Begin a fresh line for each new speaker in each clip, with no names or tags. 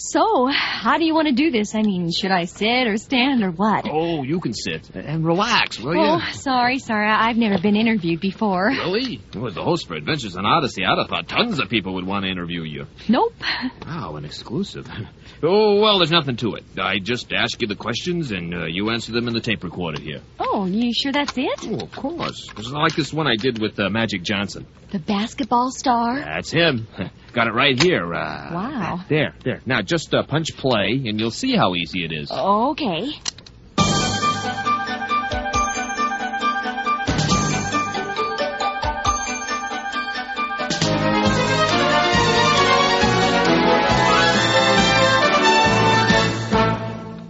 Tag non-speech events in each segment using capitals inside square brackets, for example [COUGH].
So, how do you want to do this? I mean, should I sit or stand or what?
Oh, you can sit and relax, will
Oh,
you?
sorry, sorry. I- I've never been interviewed before.
Really? You were the host for Adventures in Odyssey. I'd have thought tons of people would want to interview you.
Nope.
Wow, an exclusive. [LAUGHS] Oh, well, there's nothing to it. I just ask you the questions, and uh, you answer them in the tape recorder here.
Oh, you sure that's it?
Oh, of course. It's like this one I did with uh, Magic Johnson.
The basketball star?
That's him. [LAUGHS] Got it right here. Uh,
Wow.
There, there. Now, just uh, punch play, and you'll see how easy it is.
Okay. Uh,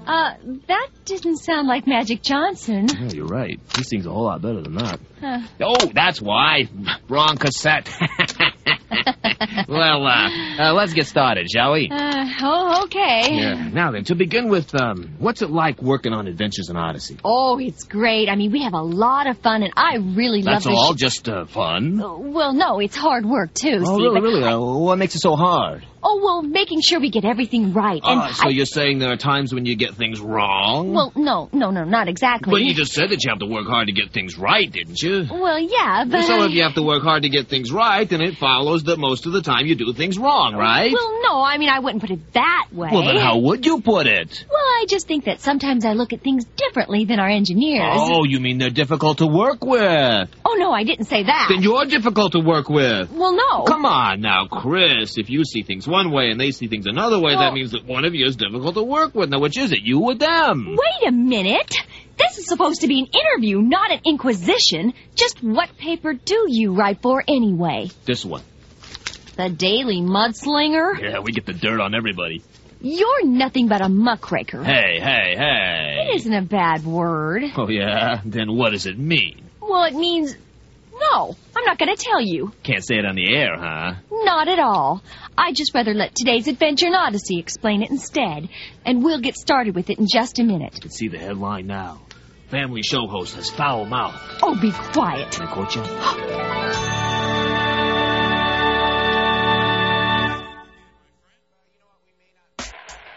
Uh, that didn't sound like Magic Johnson.
Yeah, you're right. He sings a whole lot better than that.
Huh.
Oh, that's why. Wrong cassette. [LAUGHS] well, uh, uh, let's get started, shall we?
Uh, oh, okay.
Yeah. Now then, to begin with, um, what's it like working on Adventures in Odyssey?
Oh, it's great. I mean, we have a lot of fun, and I really
That's
love this.
all just uh, fun.
Uh, Well, no, it's hard work too.
Oh,
see,
really,
but-
really? Uh, what makes it so hard?
Oh, well, making sure we get everything right. And
Uh, so
I-
you're saying there are times when you get things wrong?
well, no, no, no, not exactly.
but you just said that you have to work hard to get things right, didn't you?
Well, yeah, but
So
I-
if you have to work hard to get things right, then it follows that most of the time you do things wrong, right?
well, no, I mean, I wouldn't put it that way.
Well, then how would you put it?
Well, I just think that sometimes I look at things differently than our engineers.
Oh, you mean they're difficult to work with?
Oh, no, I didn't say that.
Then you're difficult to work with.
well, no.
Oh, Come on now, Chris. If you see things one way and they see things another way,
Well-
that means that one of you is difficult to work with. Now, which is it, you or them?
Wait a minute. This is supposed to be an interview, not an inquisition. Just what paper do you write for anyway?
This one.
The Daily Mudslinger?
Yeah, we get the dirt on everybody.
You're nothing but a muckraker.
Hey, hey, hey.
It isn't a bad word.
Oh, yeah? Then what does it mean?
Well, it means. No, I'm not going to tell you.
Can't say it on the air, huh?
Not at all. I'd just rather let today's Adventure in Odyssey explain it instead. And we'll get started with it in just a minute.
can see the headline now. Family show host has foul mouth.
Oh, be quiet.
Can I quote you?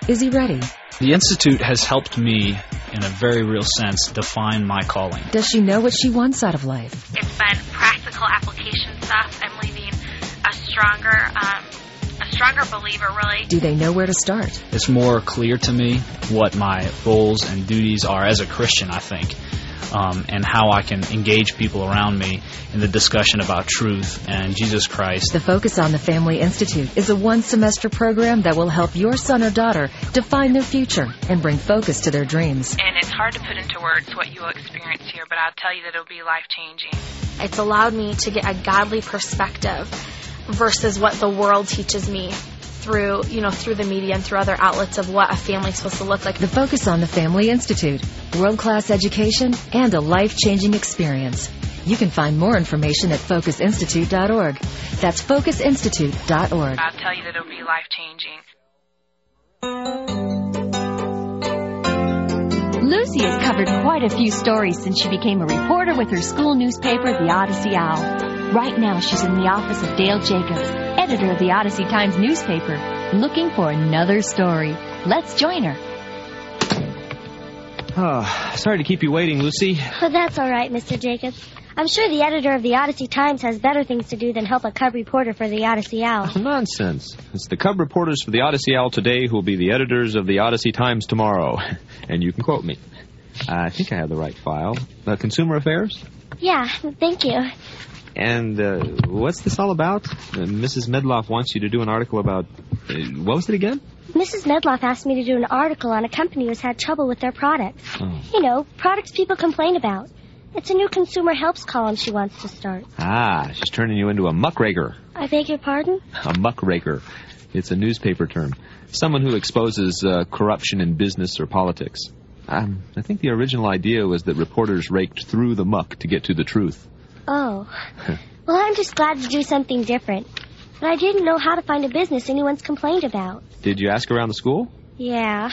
Is he ready?
The Institute has helped me, in a very real sense, define my calling.
Does she know what she wants out of life?
It's been practical application stuff. I'm leaving a stronger, um, a stronger believer, really.
Do they know where to start?
It's more clear to me what my roles and duties are as a Christian, I think, um, and how I can engage people around me in the discussion about truth and Jesus Christ.
The Focus on the Family Institute is a one semester program that will help your son or daughter define their future and bring focus to their dreams.
And it's hard to put into words what you will experience here, but I'll tell you that it'll be life changing.
It's allowed me to get a godly perspective versus what the world teaches me through, you know, through the media and through other outlets of what a family's supposed to look like.
The Focus on the Family Institute, world class education, and a life changing experience. You can find more information at focusinstitute.org. That's focusinstitute.org.
I'll tell you that it'll be life changing.
Lucy has covered quite a few stories since she became a reporter with her school newspaper, The Odyssey Owl. Right now, she's in the office of Dale Jacobs, editor of the Odyssey Times newspaper, looking for another story. Let's join her.
Oh, sorry to keep you waiting, Lucy.
But Oh, that's all right, Mr. Jacobs. I'm sure the editor of the Odyssey Times has better things to do than help a cub reporter for the Odyssey Owl.
Nonsense. It's the Cub reporters for the Odyssey Owl today who will be the editors of the Odyssey Times tomorrow. [LAUGHS] And you can quote me. I think I have the right file. Uh, Consumer Affairs?
Yeah, thank you.
And uh, what's this all about? Uh, Mrs. Medloff wants you to do an article about. Uh, what was it again?
Mrs. Medloff asked me to do an article on a company who's had trouble with their products. You know, products people complain about. It's a new consumer helps column she wants to start.
Ah, she's turning you into a muckraker.
I beg your pardon?
A muckraker. It's a newspaper term. Someone who exposes uh, corruption in business or politics. Um, I think the original idea was that reporters raked through the muck to get to the truth.
Oh. Well, I'm just glad to do something different. But I didn't know how to find a business anyone's complained about.
Did you ask around the school?
Yeah.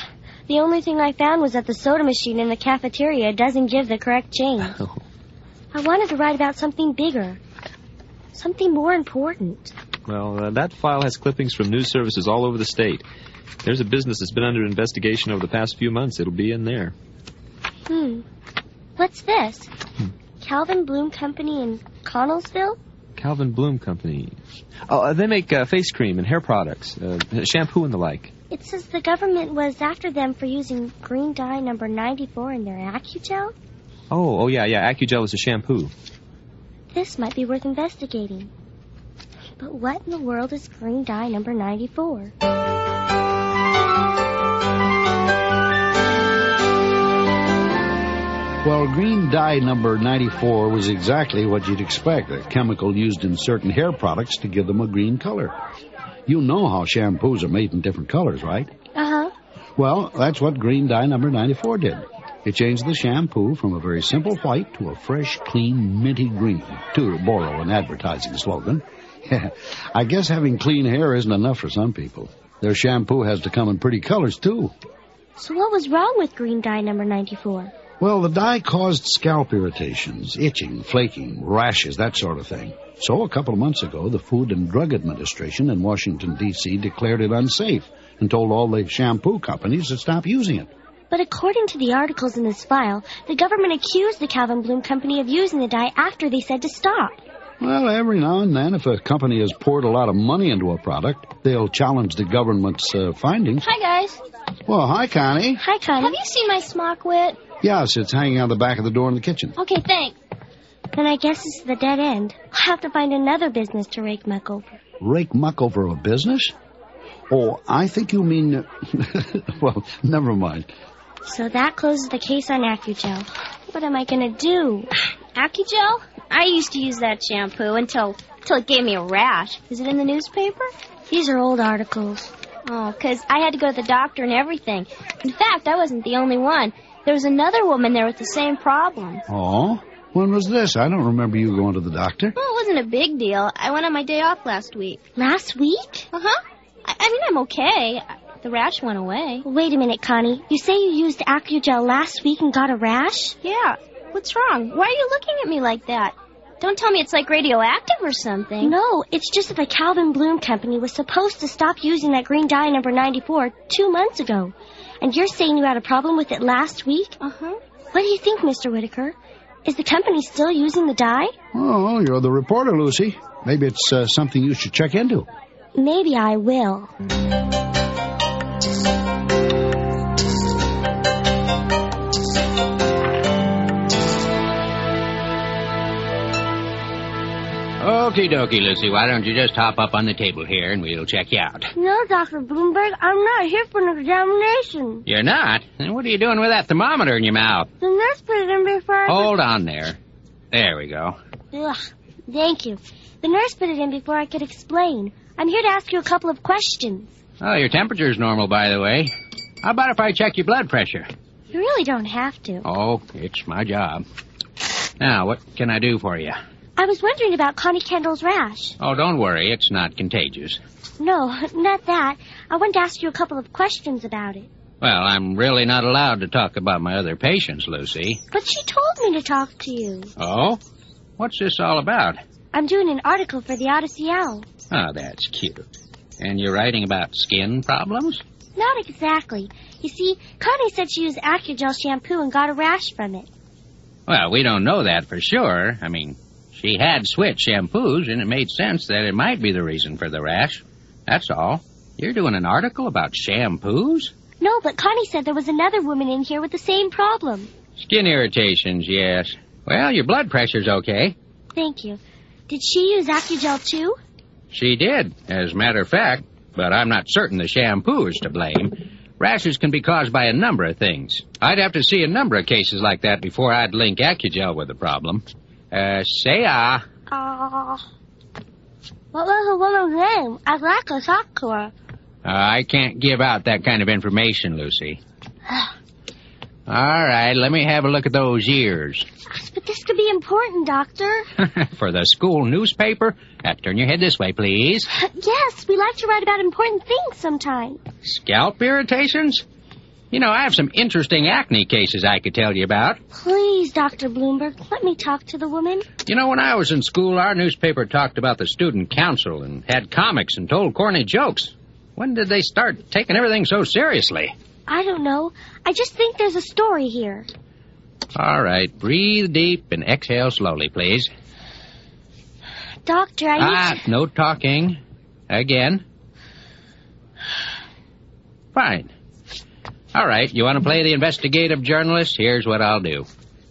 The only thing I found was that the soda machine in the cafeteria doesn't give the correct change. I wanted to write about something bigger. Something more important.
Well, uh, that file has clippings from news services all over the state. There's a business that's been under investigation over the past few months. It'll be in there.
Hmm. What's this? Calvin Bloom Company in Connellsville?
Calvin Bloom Company. Oh, uh, they make uh, face cream and hair products, uh, shampoo and the like.
It says the government was after them for using green dye number 94 in their AccuGel.
Oh, oh yeah, yeah. Accugel is a shampoo.
This might be worth investigating. But what in the world is green dye number 94?
Well, green dye number 94 was exactly what you'd expect a chemical used in certain hair products to give them a green color. You know how shampoos are made in different colors, right?
Uh huh.
Well, that's what green dye number 94 did. It changed the shampoo from a very simple white to a fresh, clean, minty green, to borrow an advertising slogan. [LAUGHS] I guess having clean hair isn't enough for some people. Their shampoo has to come in pretty colors, too.
So what was wrong with green dye number 94?
Well, the dye caused scalp irritations, itching, flaking, rashes, that sort of thing. So a couple of months ago, the Food and Drug Administration in Washington, D.C. declared it unsafe and told all the shampoo companies to stop using it.
But according to the articles in this file, the government accused the Calvin Bloom Company of using the dye after they said to stop.
Well, every now and then, if a company has poured a lot of money into a product, they'll challenge the government's uh, findings.
Hi, guys.
Well, hi, Connie.
Hi, Connie.
Have you seen my smock wit?
Yes, it's hanging out the back of the door in the kitchen.
Okay, thanks.
Then I guess it's the dead end. I'll have to find another business to rake muck over.
Rake muck over a business? Oh, I think you mean. [LAUGHS] well, never mind.
So that closes the case on AccuGel. What am I gonna do?
[SIGHS] AccuGel? I used to use that shampoo until until it gave me a rash. Is it in the newspaper?
These are old articles.
Oh, 'cause I had to go to the doctor and everything. In fact, I wasn't the only one. There was another woman there with the same problem.
Oh, when was this? I don't remember you going to the doctor.
Well, it wasn't a big deal. I went on my day off last week.
Last week?
Uh huh. I, I mean, I'm okay. The rash went away.
Wait a minute, Connie. You say you used AccuGel last week and got a rash?
Yeah. What's wrong? Why are you looking at me like that? Don't tell me it's like radioactive or something.
No, it's just that the Calvin Bloom Company was supposed to stop using that green dye number 94 two months ago. And you're saying you had a problem with it last week?
Uh huh.
What do you think, Mr. Whitaker? Is the company still using the dye?
Oh, you're the reporter, Lucy. Maybe it's uh, something you should check into.
Maybe I will.
Okie dokie, Lucy. Why don't you just hop up on the table here and we'll check you out?
No, Dr. Bloomberg, I'm not here for an examination.
You're not? Then what are you doing with that thermometer in your mouth?
The nurse put it in before I...
Hold on there. There we go.
Ugh, thank you. The nurse put it in before I could explain. I'm here to ask you a couple of questions.
Oh, your temperature's normal, by the way. How about if I check your blood pressure?
You really don't have to.
Oh, it's my job. Now, what can I do for you?
I was wondering about Connie Kendall's rash.
Oh, don't worry. It's not contagious.
No, [LAUGHS] not that. I wanted to ask you a couple of questions about it.
Well, I'm really not allowed to talk about my other patients, Lucy.
But she told me to talk to you.
Oh? What's this all about?
I'm doing an article for the Odyssey Owl.
Oh, that's cute. And you're writing about skin problems?
Not exactly. You see, Connie said she used Acugel shampoo and got a rash from it.
Well, we don't know that for sure. I mean, she had switched shampoos, and it made sense that it might be the reason for the rash. That's all. You're doing an article about shampoos?
No, but Connie said there was another woman in here with the same problem.
Skin irritations, yes. Well, your blood pressure's okay.
Thank you. Did she use Acugel too?
She did, as a matter of fact, but I'm not certain the shampoo is to blame. Rashes can be caused by a number of things. I'd have to see a number of cases like that before I'd link Acugel with the problem. Uh, say ah.
Ah. what was the woman's name? I'd like to talk to her.
Uh, I can't give out that kind of information, Lucy. All right, let me have a look at those ears. [LAUGHS]
But this could be important, Doctor. [LAUGHS]
For the school newspaper? Uh, turn your head this way, please.
yes, we like to write about important things sometimes.
Scalp irritations? You know, I have some interesting acne cases I could tell you about.
Please, Dr. Bloomberg, let me talk to the woman.
You know, when I was in school, our newspaper talked about the student council and had comics and told corny jokes. When did they start taking everything so seriously?
I don't know. I just think there's a story here.
All right, breathe deep and exhale slowly, please.
Doctor, I need
Ah, no talking. Again. Fine. All right, you want to play the investigative journalist? Here's what I'll do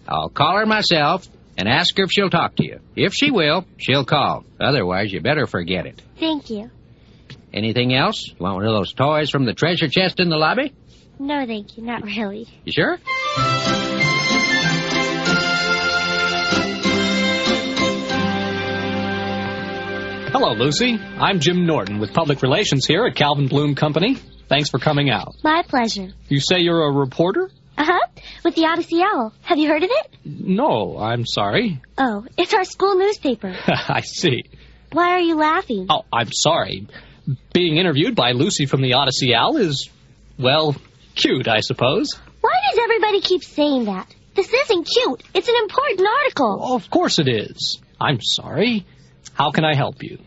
I'll call her myself and ask her if she'll talk to you. If she will, she'll call. Otherwise, you better forget it.
Thank you.
Anything else? Want one of those toys from the treasure chest in the lobby?
No, thank you. Not really.
You sure?
Hello, Lucy. I'm Jim Norton with Public Relations here at Calvin Bloom Company. Thanks for coming out.
My pleasure.
You say you're a reporter?
Uh huh. With the Odyssey Owl. Have you heard of it?
No, I'm sorry. [LAUGHS]
Oh, it's our school newspaper.
I see.
Why are you laughing?
Oh, I'm sorry. Being interviewed by Lucy from the Odyssey Owl is, well, cute, I suppose.
Why does everybody keep saying that? This isn't cute. It's an important article.
Of course it is. I'm sorry. How can I help you?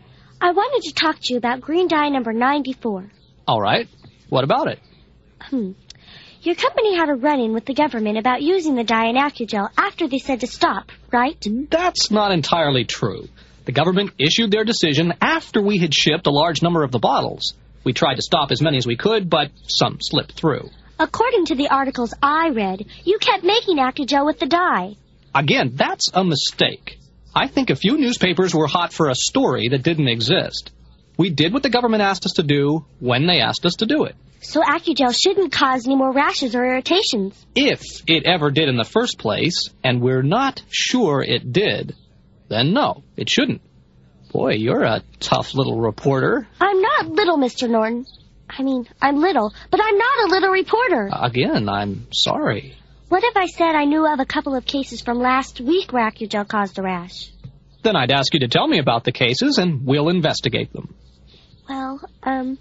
I wanted to talk to you about green dye number 94.
All right. What about it?
Hmm. Your company had a run-in with the government about using the dye in Acugel after they said to stop, right?
That's not entirely true. The government issued their decision after we had shipped a large number of the bottles. We tried to stop as many as we could, but some slipped through.
According to the articles I read, you kept making Acugel with the dye.
Again, that's a mistake. I think a few newspapers were hot for a story that didn't exist. We did what the government asked us to do when they asked us to do it.
So Acugel shouldn't cause any more rashes or irritations.
If it ever did in the first place, and we're not sure it did, then no, it shouldn't. Boy, you're a tough little reporter.
I'm not little, Mr. Norton. I mean, I'm little, but I'm not a little reporter.
Again, I'm sorry.
What if I said I knew of a couple of cases from last week where Acugel caused a rash?
Then I'd ask you to tell me about the cases, and we'll investigate them.
Well, um,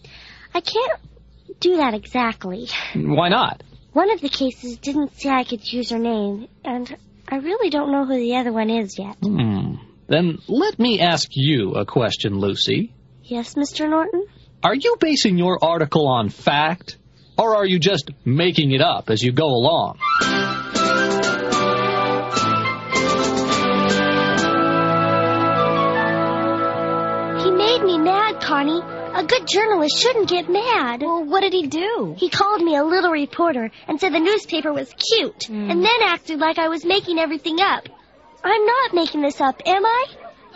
I can't do that exactly. [LAUGHS]
Why not?
One of the cases didn't say I could use her name, and I really don't know who the other one is yet.
Hmm. Then let me ask you a question, Lucy.
Yes, Mr. Norton?
Are you basing your article on fact, or are you just making it up as you go along?
He made me mad, Connie. A good journalist shouldn't get mad. Well, what did he do? He called me a little reporter and said the newspaper was cute, and then acted like I was making everything up. I'm not making this up, am I?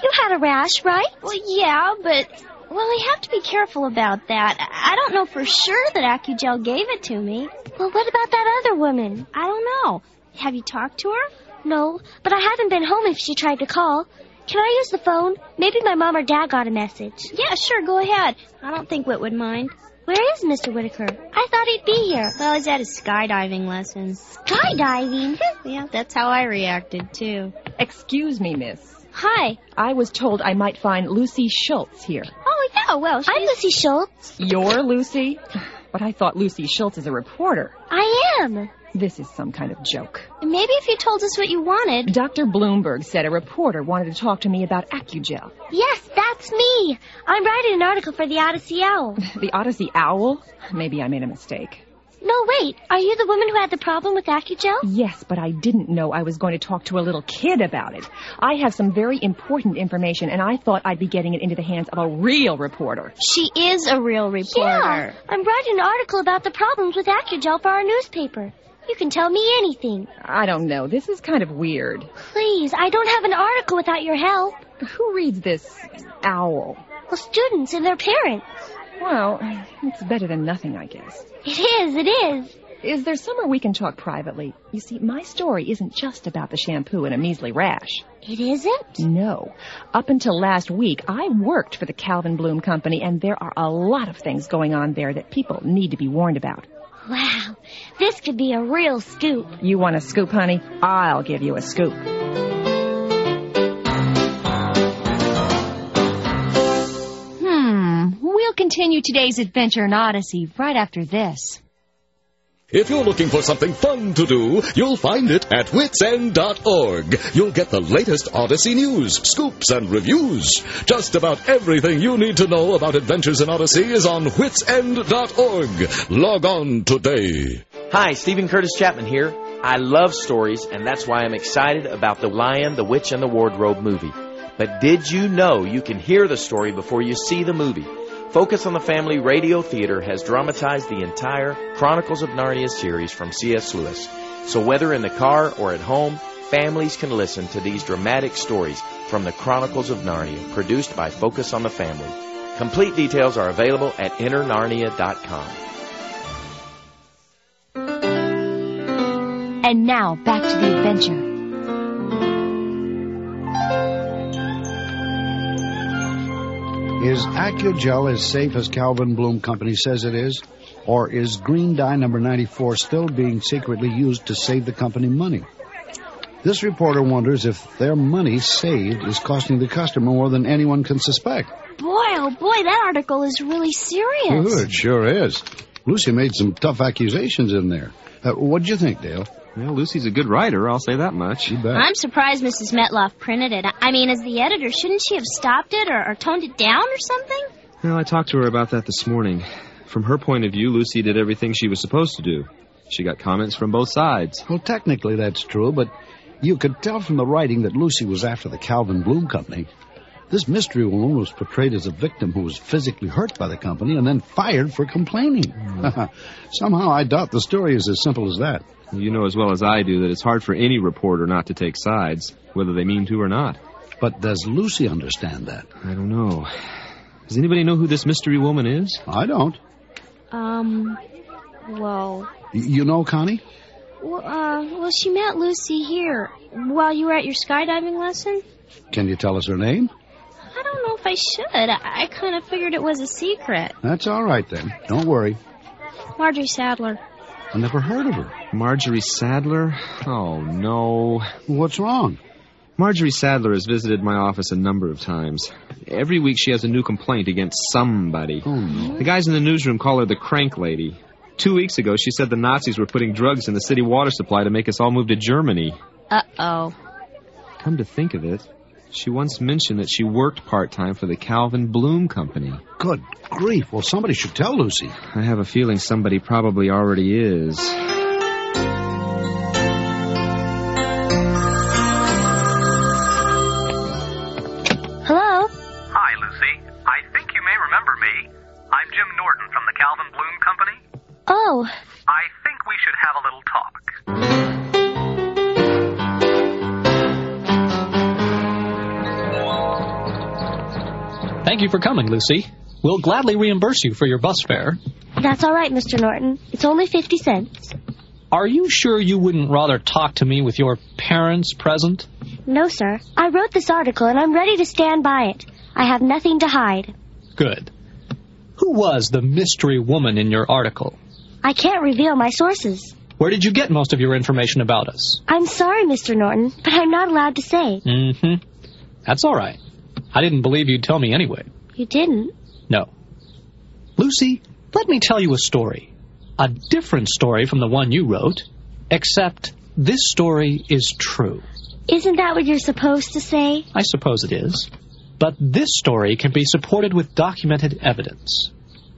You had a rash, right?
Well, yeah, but well, we have to be careful about that. I I don't know for sure that Acugel gave it to me.
Well, what about that other woman?
I don't know. Have you talked to her?
No, but I haven't been home if she tried to call. Can I use the phone? Maybe my mom or dad got a message.
Yeah, sure, go ahead. I don't think Whit would mind.
Where is Mr. Whitaker? I thought he'd be here.
Well, he's at his skydiving lesson.
Skydiving?
yeah, that's how I reacted too.
Excuse me, miss.
Hi.
I was told I might find Lucy Schultz here.
Oh yeah, well,
I'm Lucy Schultz.
You're Lucy? [SIGHS] But I thought Lucy Schultz is a reporter.
I am.
This is some kind of joke.
Maybe if you told us what you wanted.
Dr. Bloomberg said a reporter wanted to talk to me about Accugel.
Yes, that's me. I'm writing an article for the Odyssey Owl.
The Odyssey Owl? Maybe I made a mistake.
No, wait. Are you the woman who had the problem with Accugel?
Yes, but I didn't know I was going to talk to a little kid about it. I have some very important information, and I thought I'd be getting it into the hands of a real reporter.
She is a real
Yeah.
reporter.
I'm writing an article about the problems with Accugel for our newspaper. You can tell me anything.
I don't know. This is kind of weird.
Please, I don't have an article without your help.
Who reads this owl?
Well, students and their parents.
Well, it's better than nothing, I guess.
It is, it is.
Is there somewhere we can talk privately? You see, my story isn't just about the shampoo and a measly rash.
It isn't?
No. Up until last week, I worked for the Calvin Bloom Company, and there are a lot of things going on there that people need to be warned about.
Wow. This could be a real scoop.
You want a scoop, honey? I'll give you a scoop.
Hmm. We'll continue today's adventure in Odyssey right after this.
If you're looking for something fun to do, you'll find it at witsend.org. You'll get the latest Odyssey news, scoops, and reviews. Just about everything you need to know about adventures in Odyssey is on witsend.org. Log on today.
Hi, Stephen Curtis Chapman here. I love stories, and that's why I'm excited about The Lion, the Witch, and the Wardrobe movie. But did you know you can hear the story before you see the movie? Focus on the Family Radio Theater has dramatized the entire Chronicles of Narnia series from C.S. Lewis. So whether in the car or at home, families can listen to these dramatic stories from the Chronicles of Narnia, produced by Focus on the Family. Complete details are available at internarnia.com.
And now back to the adventure.
Is AccuGel as safe as Calvin Bloom Company says it is? Or is green dye number 94 still being secretly used to save the company money? This reporter wonders if their money saved is costing the customer more than anyone can suspect.
Boy, oh boy, that article is really serious.
Ooh, it sure is. Lucy made some tough accusations in there. Uh, what'd you think, Dale?
Well, Lucy's a good writer, I'll say that much.
You bet.
I'm surprised Mrs. Metloff printed it. I- I mean, as the editor, shouldn't she have stopped it or, or toned it down or something?
Well, I talked to her about that this morning. From her point of view, Lucy did everything she was supposed to do. She got comments from both sides.
Well, technically that's true, but you could tell from the writing that Lucy was after the Calvin Bloom Company. This mystery woman was portrayed as a victim who was physically hurt by the company and then fired for complaining.
Hmm.
[LAUGHS] Somehow I doubt the story is as simple as that.
You know as well as I do that it's hard for any reporter not to take sides, whether they mean to or not.
But does Lucy understand that?
I don't know. Does anybody know who this mystery woman is?
I don't.
Um, well,
Y- You know, Connie?
well, uh, well, she met Lucy here while you were at your skydiving lesson.
Can you tell us her name?
I don't know if I should. I, I kind of figured it was a secret.
That's all right then. Don't worry.
Marjorie Sadler.
I never heard of her.
Marjorie Sadler? Oh, no.
What's wrong?
Marjorie Sadler has visited my office a number of times. Every week she has a new complaint against somebody.
Oh,
The guys in the newsroom call her the crank lady. Two weeks ago, she said the Nazis were putting drugs in the city water supply to make us all move to Germany.
Uh oh.
Come to think of it, she once mentioned that she worked part time for the Calvin Bloom Company.
Good grief. Well, somebody should tell Lucy.
I have a feeling somebody probably already is.
Hello?
Hi, Lucy. I think you may remember me. I'm Jim Norton from the Calvin Bloom Company.
Oh,
I think we should have a little talk.
Thank you for coming, Lucy. We'll gladly reimburse you for your bus fare.
that's all right, Mr. Norton. It's only 50 cents.
Are you sure you wouldn't rather talk to me with your parents present?
No, sir. I wrote this article and I'm ready to stand by it. I have nothing to hide.
Good. Who was the mystery woman in your article?
I can't reveal my sources.
Where did you get most of your information about us?
I'm sorry, Mr. Norton, but I'm not allowed to say.
Mm-hmm. That's all right. I didn't believe you'd tell me anyway.
You didn't?
No. Lucy, let me tell you a story. A different story from the one you wrote, except this story is true.
Isn't that what you're supposed to say?
I suppose it is. But this story can be supported with documented evidence.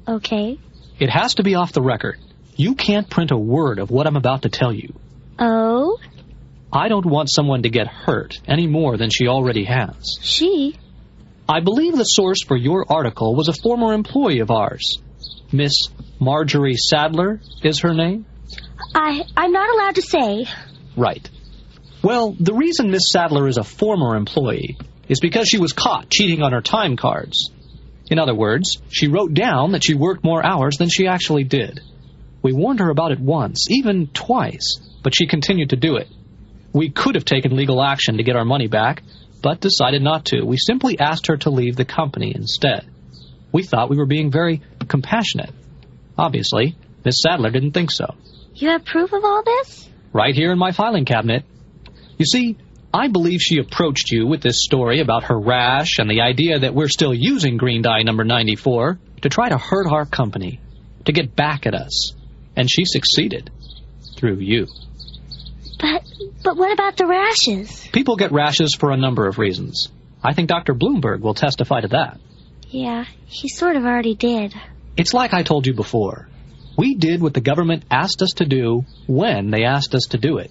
Okay.
It has to be off the record. You can't print a word of what I'm about to tell you.
Oh,
I don't want someone to get hurt any more than she already has.
she?
I believe the source for your article was a former employee of ours. Miss Marjorie Sadler is her name?
I I'm not allowed to say.
Right. Well, the reason Miss Sadler is a former employee is because she was caught cheating on her time cards. In other words, she wrote down that she worked more hours than she actually did. We warned her about it once, even twice, but she continued to do it. We could have taken legal action to get our money back, but decided not to. We simply asked her to leave the company instead. We thought we were being very compassionate. Obviously, Miss Sadler didn't think so
You have proof of all this?
right here in my filing cabinet. You see, I believe she approached you with this story about her rash and the idea that we're still using green dye number 94 to try to hurt our company, to get back at us. And she succeeded. through you.
But but what about the rashes?
People get rashes for a number of reasons. I think Dr. Bloomberg will testify to that.
Yeah, he sort of already did.
It's like I told you before. We did what the government asked us to do when they asked us to do it.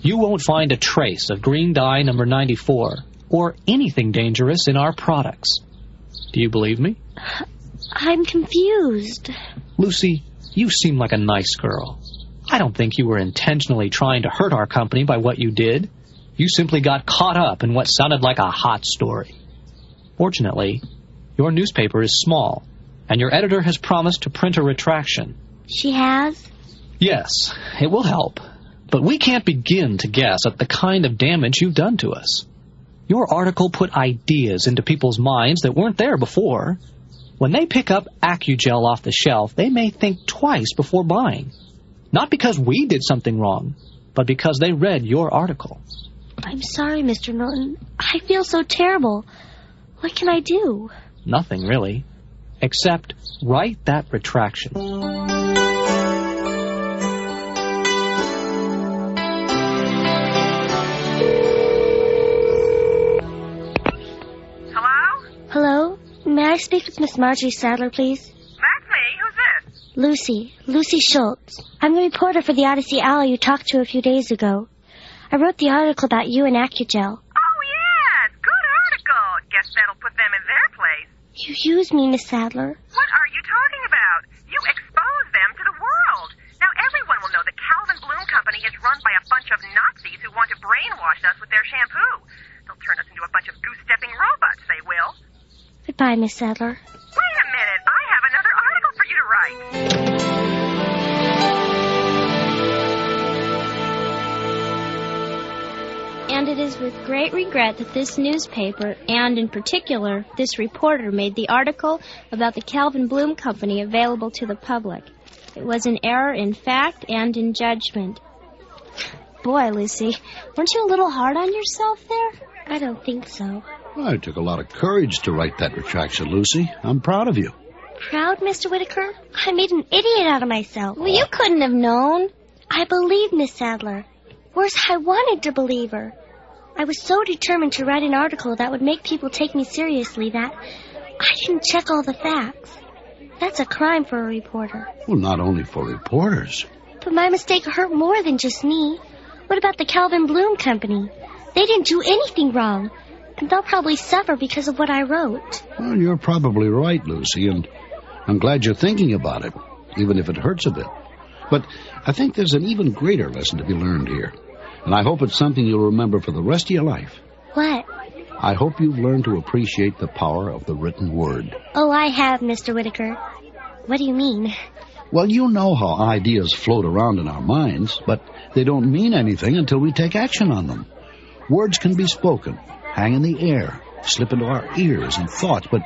You won't find a trace of green dye number 94 or anything dangerous in our products. Do you believe me?
I'm confused.
Lucy, you seem like a nice girl. I don't think you were intentionally trying to hurt our company by what you did. You simply got caught up in what sounded like a hot story. Fortunately, your newspaper is small, and your editor has promised to print a retraction.
She has?
Yes, it will help, but we can't begin to guess at the kind of damage you've done to us. Your article put ideas into people's minds that weren't there before. When they pick up Accugel off the shelf, they may think twice before buying. Not because we did something wrong, but because they read your article.
I'm sorry, Mr. Norton. I feel so terrible. What can I do?
Nothing really, except write that retraction.
Hello? May I speak with Miss Marjorie Sadler, please?
That's me. Who's this?
Lucy, Lucy Schultz. I'm the reporter for the Odyssey Owl you talked to a few days ago. I wrote the article about you and Accugel.
Oh, yes. Good article. Guess that'll put them in their place.
You used me, Miss Sadler.
What are you talking about? You exposed them to the world. Now everyone will know the Calvin Bloom Company is run by a bunch of Nazis who want to brainwash us with their shampoo. They'll turn us into a bunch of goose-stepping robots, they will.
Goodbye, Miss Sadler.
Wait a minute. I have another article for you to write.
And it is with great regret that this newspaper, and in particular this reporter, made the article about the Calvin Bloom Company available to the public. It was an error in fact and in judgment. Boy, Lucy, weren't you a little hard on yourself there?
I don't think so.
Well, it took a lot of courage to write that retraction, Lucy. I'm proud of you.
Proud, Mr. Whitaker? I made an idiot out of myself.
Well, you couldn't have known.
I believe Miss Sadler. Worse, I wanted to believe her. I was so determined to write an article that would make people take me seriously that I didn't check all the facts. That's a crime for a reporter.
Well, not only for reporters.
But my mistake hurt more than just me. What about the Calvin Bloom Company? They didn't do anything wrong, and they'll probably suffer because of what I wrote.
Well, you're probably right, Lucy, and I'm glad you're thinking about it, even if it hurts a bit. But I think there's an even greater lesson to be learned here, and I hope it's something you'll remember for the rest of your life.
What?
I hope you've learned to appreciate the power of the written word.
Oh, I have, Mr. Whitaker. What do you mean?
Well, you know how ideas float around in our minds, but they don't mean anything until we take action on them. Words can be spoken, hang in the air, slip into our ears and thoughts, but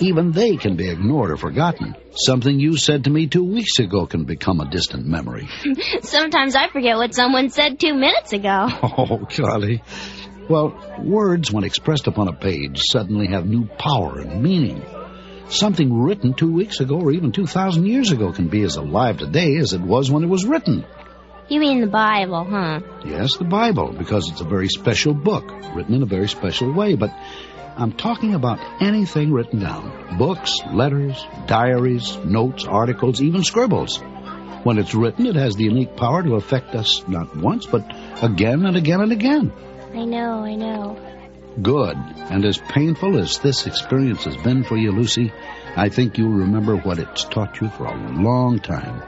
even they can be ignored or forgotten. Something you said to me two weeks ago can become a distant memory. [LAUGHS]
[LAUGHS] Sometimes I forget what someone said two minutes ago.
Oh, Charlie. Well, words, when expressed upon a page, suddenly have new power and meaning. Something written two weeks ago or even 2,000 years ago can be as alive today as it was when it was written.
You mean the Bible, huh?
Yes, the Bible, because it's a very special book, written in a very special way. But I'm talking about anything written down books, letters, diaries, notes, articles, even scribbles. When it's written, it has the unique power to affect us not once, but again and again and again.
I know, I know.
Good. And as painful as this experience has been for you, Lucy, I think you'll remember what it's taught you for a long time.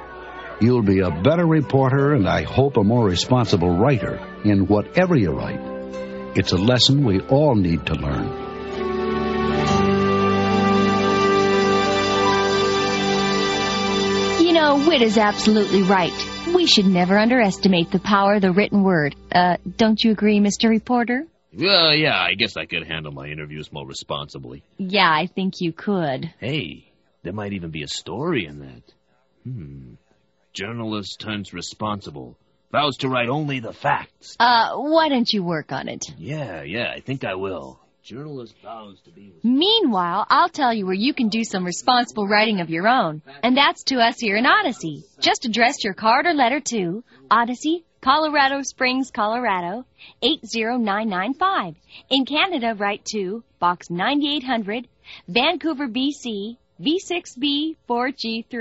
You'll be a better reporter and I hope a more responsible writer in whatever you write. It's a lesson we all need to learn.
You know, Whit is absolutely right. We should never underestimate the power of the written word. Uh, don't you agree, Mr. Reporter?
Well, yeah, I guess I could handle my interviews more responsibly.
Yeah, I think you could.
Hey, there might even be a story in that. Hmm. Journalist turns responsible, vows to write only the facts.
Uh, why don't you work on it?
Yeah, yeah, I think I will.
Journalist vows to be.
Meanwhile, I'll tell you where you can do some responsible writing of your own, and that's to us here in Odyssey. Just address your card or letter to Odyssey, Colorado Springs, Colorado 80995. In Canada, write to Box 9800, Vancouver, BC V6B4G3.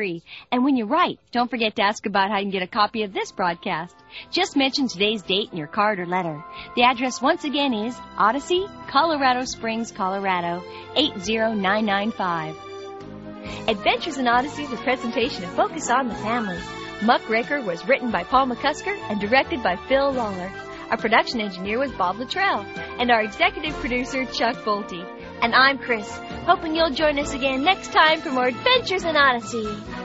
And when you write, don't forget to ask about how you can get a copy of this broadcast. Just mention today's date in your card or letter. The address once again is Odyssey, Colorado Springs, Colorado 80995. Adventures in Odyssey is a presentation of Focus on the Family. Muckraker was written by Paul McCusker and directed by Phil Lawler. Our production engineer was Bob Luttrell, and our executive producer, Chuck Bolte.
And I'm Chris, hoping you'll join us again next time for more Adventures in Odyssey.